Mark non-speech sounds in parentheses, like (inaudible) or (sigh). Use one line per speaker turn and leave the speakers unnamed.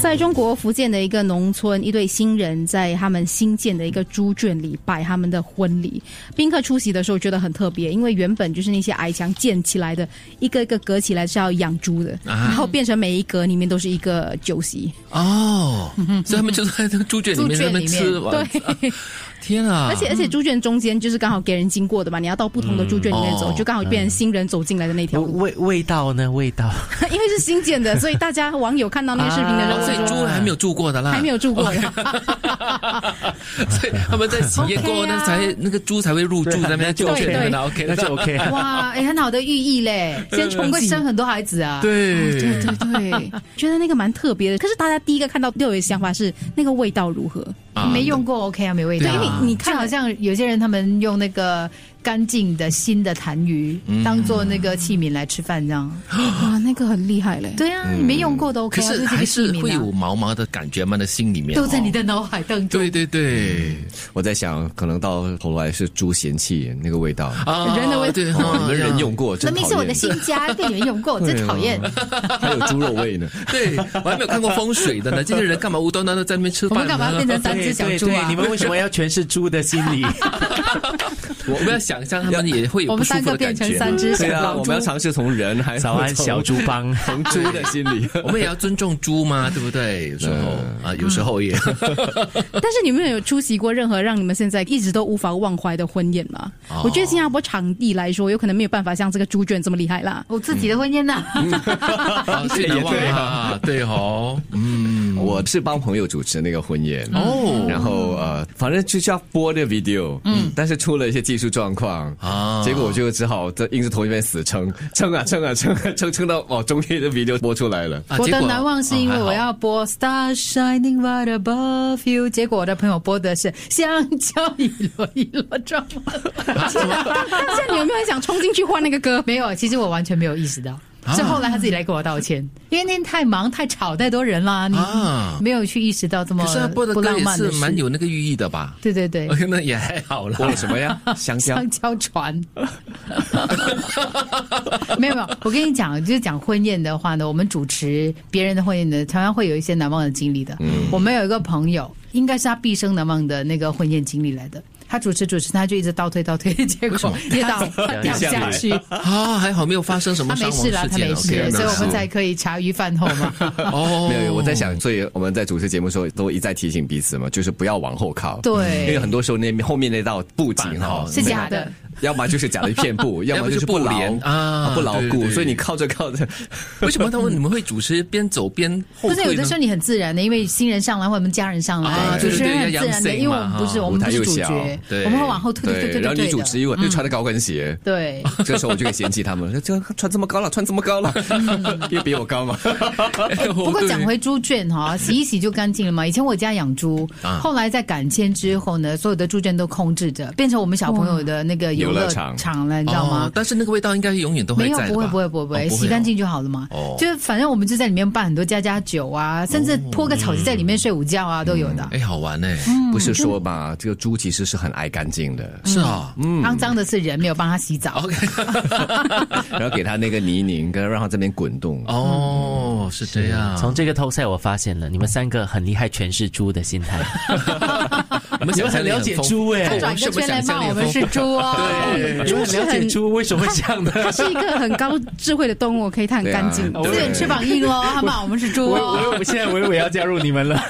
在中国福建的一个农村，一对新人在他们新建的一个猪圈里摆他们的婚礼。宾客出席的时候觉得很特别，因为原本就是那些矮墙建起来的，一个一个隔起来是要养猪的，
啊
然后变成每一格里面都是一个酒席。
哦，所以他们就在那个猪圈里面
猪圈
他
里面
们吃完。
对，
(laughs) 天啊！
而且而且猪圈中间就是刚好给人经过的嘛，你要到不同的猪圈里面走，
哦
就刚好变成新人走进来的那条路，
味味道呢？味道
(laughs) 因为是新建的，所以大家网友看到那个视频的时
哦，啊
候
所以
就说。
猪还没有住过的啦，
还没有住过的，
(laughs) 所以他们在喜宴过后，
OK 啊
那才那个猪才会入住那边
就
猪圈里
OK
面的
了
OK
(laughs) (laughs) 那就 OK 了。
哇，哎，很好的寓意嘞，先冲会生很多孩子啊。
(laughs) 对，
哦对对，觉得那个蛮特别的。可是大家第一个看到六爷想法是那个味道如何？
啊
没用过 OK 啊，没味道。
对因为
你你看
看，好像有些人他们用那个干净的新的痰盂
嗯
当做那个器皿来吃饭，这样。
哇，那个很厉害嘞。
对啊，你没用过的
嗯
OK
可
啊，
是
这
还
个器
是会有
皿啊，
毛毛的感觉嘛，的心里面
都在你
的。
的脑海当中。
对对
(laughs)
对，
我在想，可能到头来是猪嫌弃人那个味道。
啊，
人的味
对，
哦你
哦
们人用过，真
明明是
讨
我
厌啊
的新家，被你们
(laughs)
用过，
啊
真讨厌。
(laughs) 还有猪肉味呢。
对，我还没有看过风水的呢。这些人干嘛无端端的在那边吃
我
饭
们
呢？
干嘛变成三只小
对
猪
对，
(laughs)
啊
你？们为什么要全是猪的心 (laughs) 理？
我们要想象他们也会有
我
不
们
舒
三
服
个
的感
变成
觉。
三只小
对啊，
老
我
猪
们要。尝试从人还有
早安，
从
小猪帮。
从猪的心理。 (laughs)
(laughs) 我们也要尊重猪嘛，对不对？有时候
嗯
啊，有时候
(laughs)
也
但是你们有出席过任何让你们现在一直都无法忘怀的婚宴吗？我觉得新加坡场地来说，有可能没有办法像这个猪圈这么厉害 (laughs) 啦。
我自己的婚宴呐，
啊最难忘啊，对哦，嗯，
我是帮朋友主持那个婚宴
哦
然后呃，反正就是要播这个 video，嗯，但是出了一些技术状况
啊
结果我就只好在硬着头皮在那边死撑，撑啊撑啊撑啊撑撑到哦，终于这 video 播出来了。
啊
我
结
的
果
难忘是因为我
啊还好
要播《Star Shining Right Above You》，结果我的朋友播的是《香蕉一箩一箩装》。
现在你有没有很想冲进去换那个歌？
(laughs) 没有，其实我完全没有意识到，
啊
是后来他自己来给我道歉，因为那天太忙、太吵、太多人啦，你
啊
没有去意识到这么
可是他播的
不
歌
浪
也
漫
是
事
蛮。有那个寓意的吧？哎
对对对，
那也还好啦。
播了什么呀？ (laughs) 香蕉
香蕉船， (laughs) 没有没有，我跟你讲，就是讲婚宴的话呢，我们主持别人的婚宴呢，常常会有一些难忘的经历的。我们有一个朋友，应该是他毕生难忘的那个婚宴经历来的。他主持主持，他就一直倒退倒退， (laughs) 结果跌倒他掉下去。
(laughs) 啊，还好没有发生什么
他
伤
没
亡
事啦，
事
他
件
没
，OK，
事，所以
那
我们
是
才可以茶余饭后嘛。
哦，
没有，我在想，所以我们在主持节目的时候都一再提醒彼此嘛，就是不要往后靠。因为
对，
很多时候那面后面那道布景哈
板哦
是假的，
要么就是假的一片
(laughs)
布，要
要
么
不
就是是不
布
牢
帘啊
不牢
对对
固，
对
所以你靠着靠着，
(laughs) 为什么他们你们会主持边走边后
不是有
退呢
的时？候你很自然的，因为新人上来或者我们家人上
啊
来，
对
主持人
对
很
对
自然
要
的，
养
因为我
性嘛
们不是
哈
我们不是
舞台
主
又小
角，
对
我们会往后退，哦对对
然后
对对
女主
的
持又又穿着高跟鞋，
(laughs) 对。
这时候我就可以嫌弃他们，这穿这么高了，穿这么高了，因为比我
(laughs)
高嘛。
(laughs)
哎不过讲回猪圈 (laughs) 哈，洗一洗就干净了嘛。以前我家养猪，后来在赶迁之后呢，所有的猪圈都空置着，变成我们小朋友的那个哦游
游
乐
乐场
场了，你知道吗
哦？但是那个味道应该永远都会
没有
在，的
不会
吧
不会不会不
哦
会，
不会
洗干
哦
净就好了嘛。
哦
就是反正我们就在里面办很多家家酒啊，甚至泼个草席在里面睡午觉啊，都有的。
哎，好玩呢、
嗯
不是说嘛，这个猪其实是很爱干净的，
是啊、
肮脏的是人，没有帮他洗澡。
o k
然后给它那个泥泞，跟让它这边滚动。
哦，是这
嗯
样。
(laughs) 从这个偷赛我发现了，你们三个很厉害，全是猪的心态。
我们
你们很了解猪哎、
他转个圈来骂我们是猪 (laughs) 哦。
你们很了解猪为什么会这样呢？
它是一个很高智慧的动物，可以它很干净。
对啊
哦自己翅膀硬咯，他骂我们是猪
(laughs) 我
哦。
我我现在我以为要加入你们了。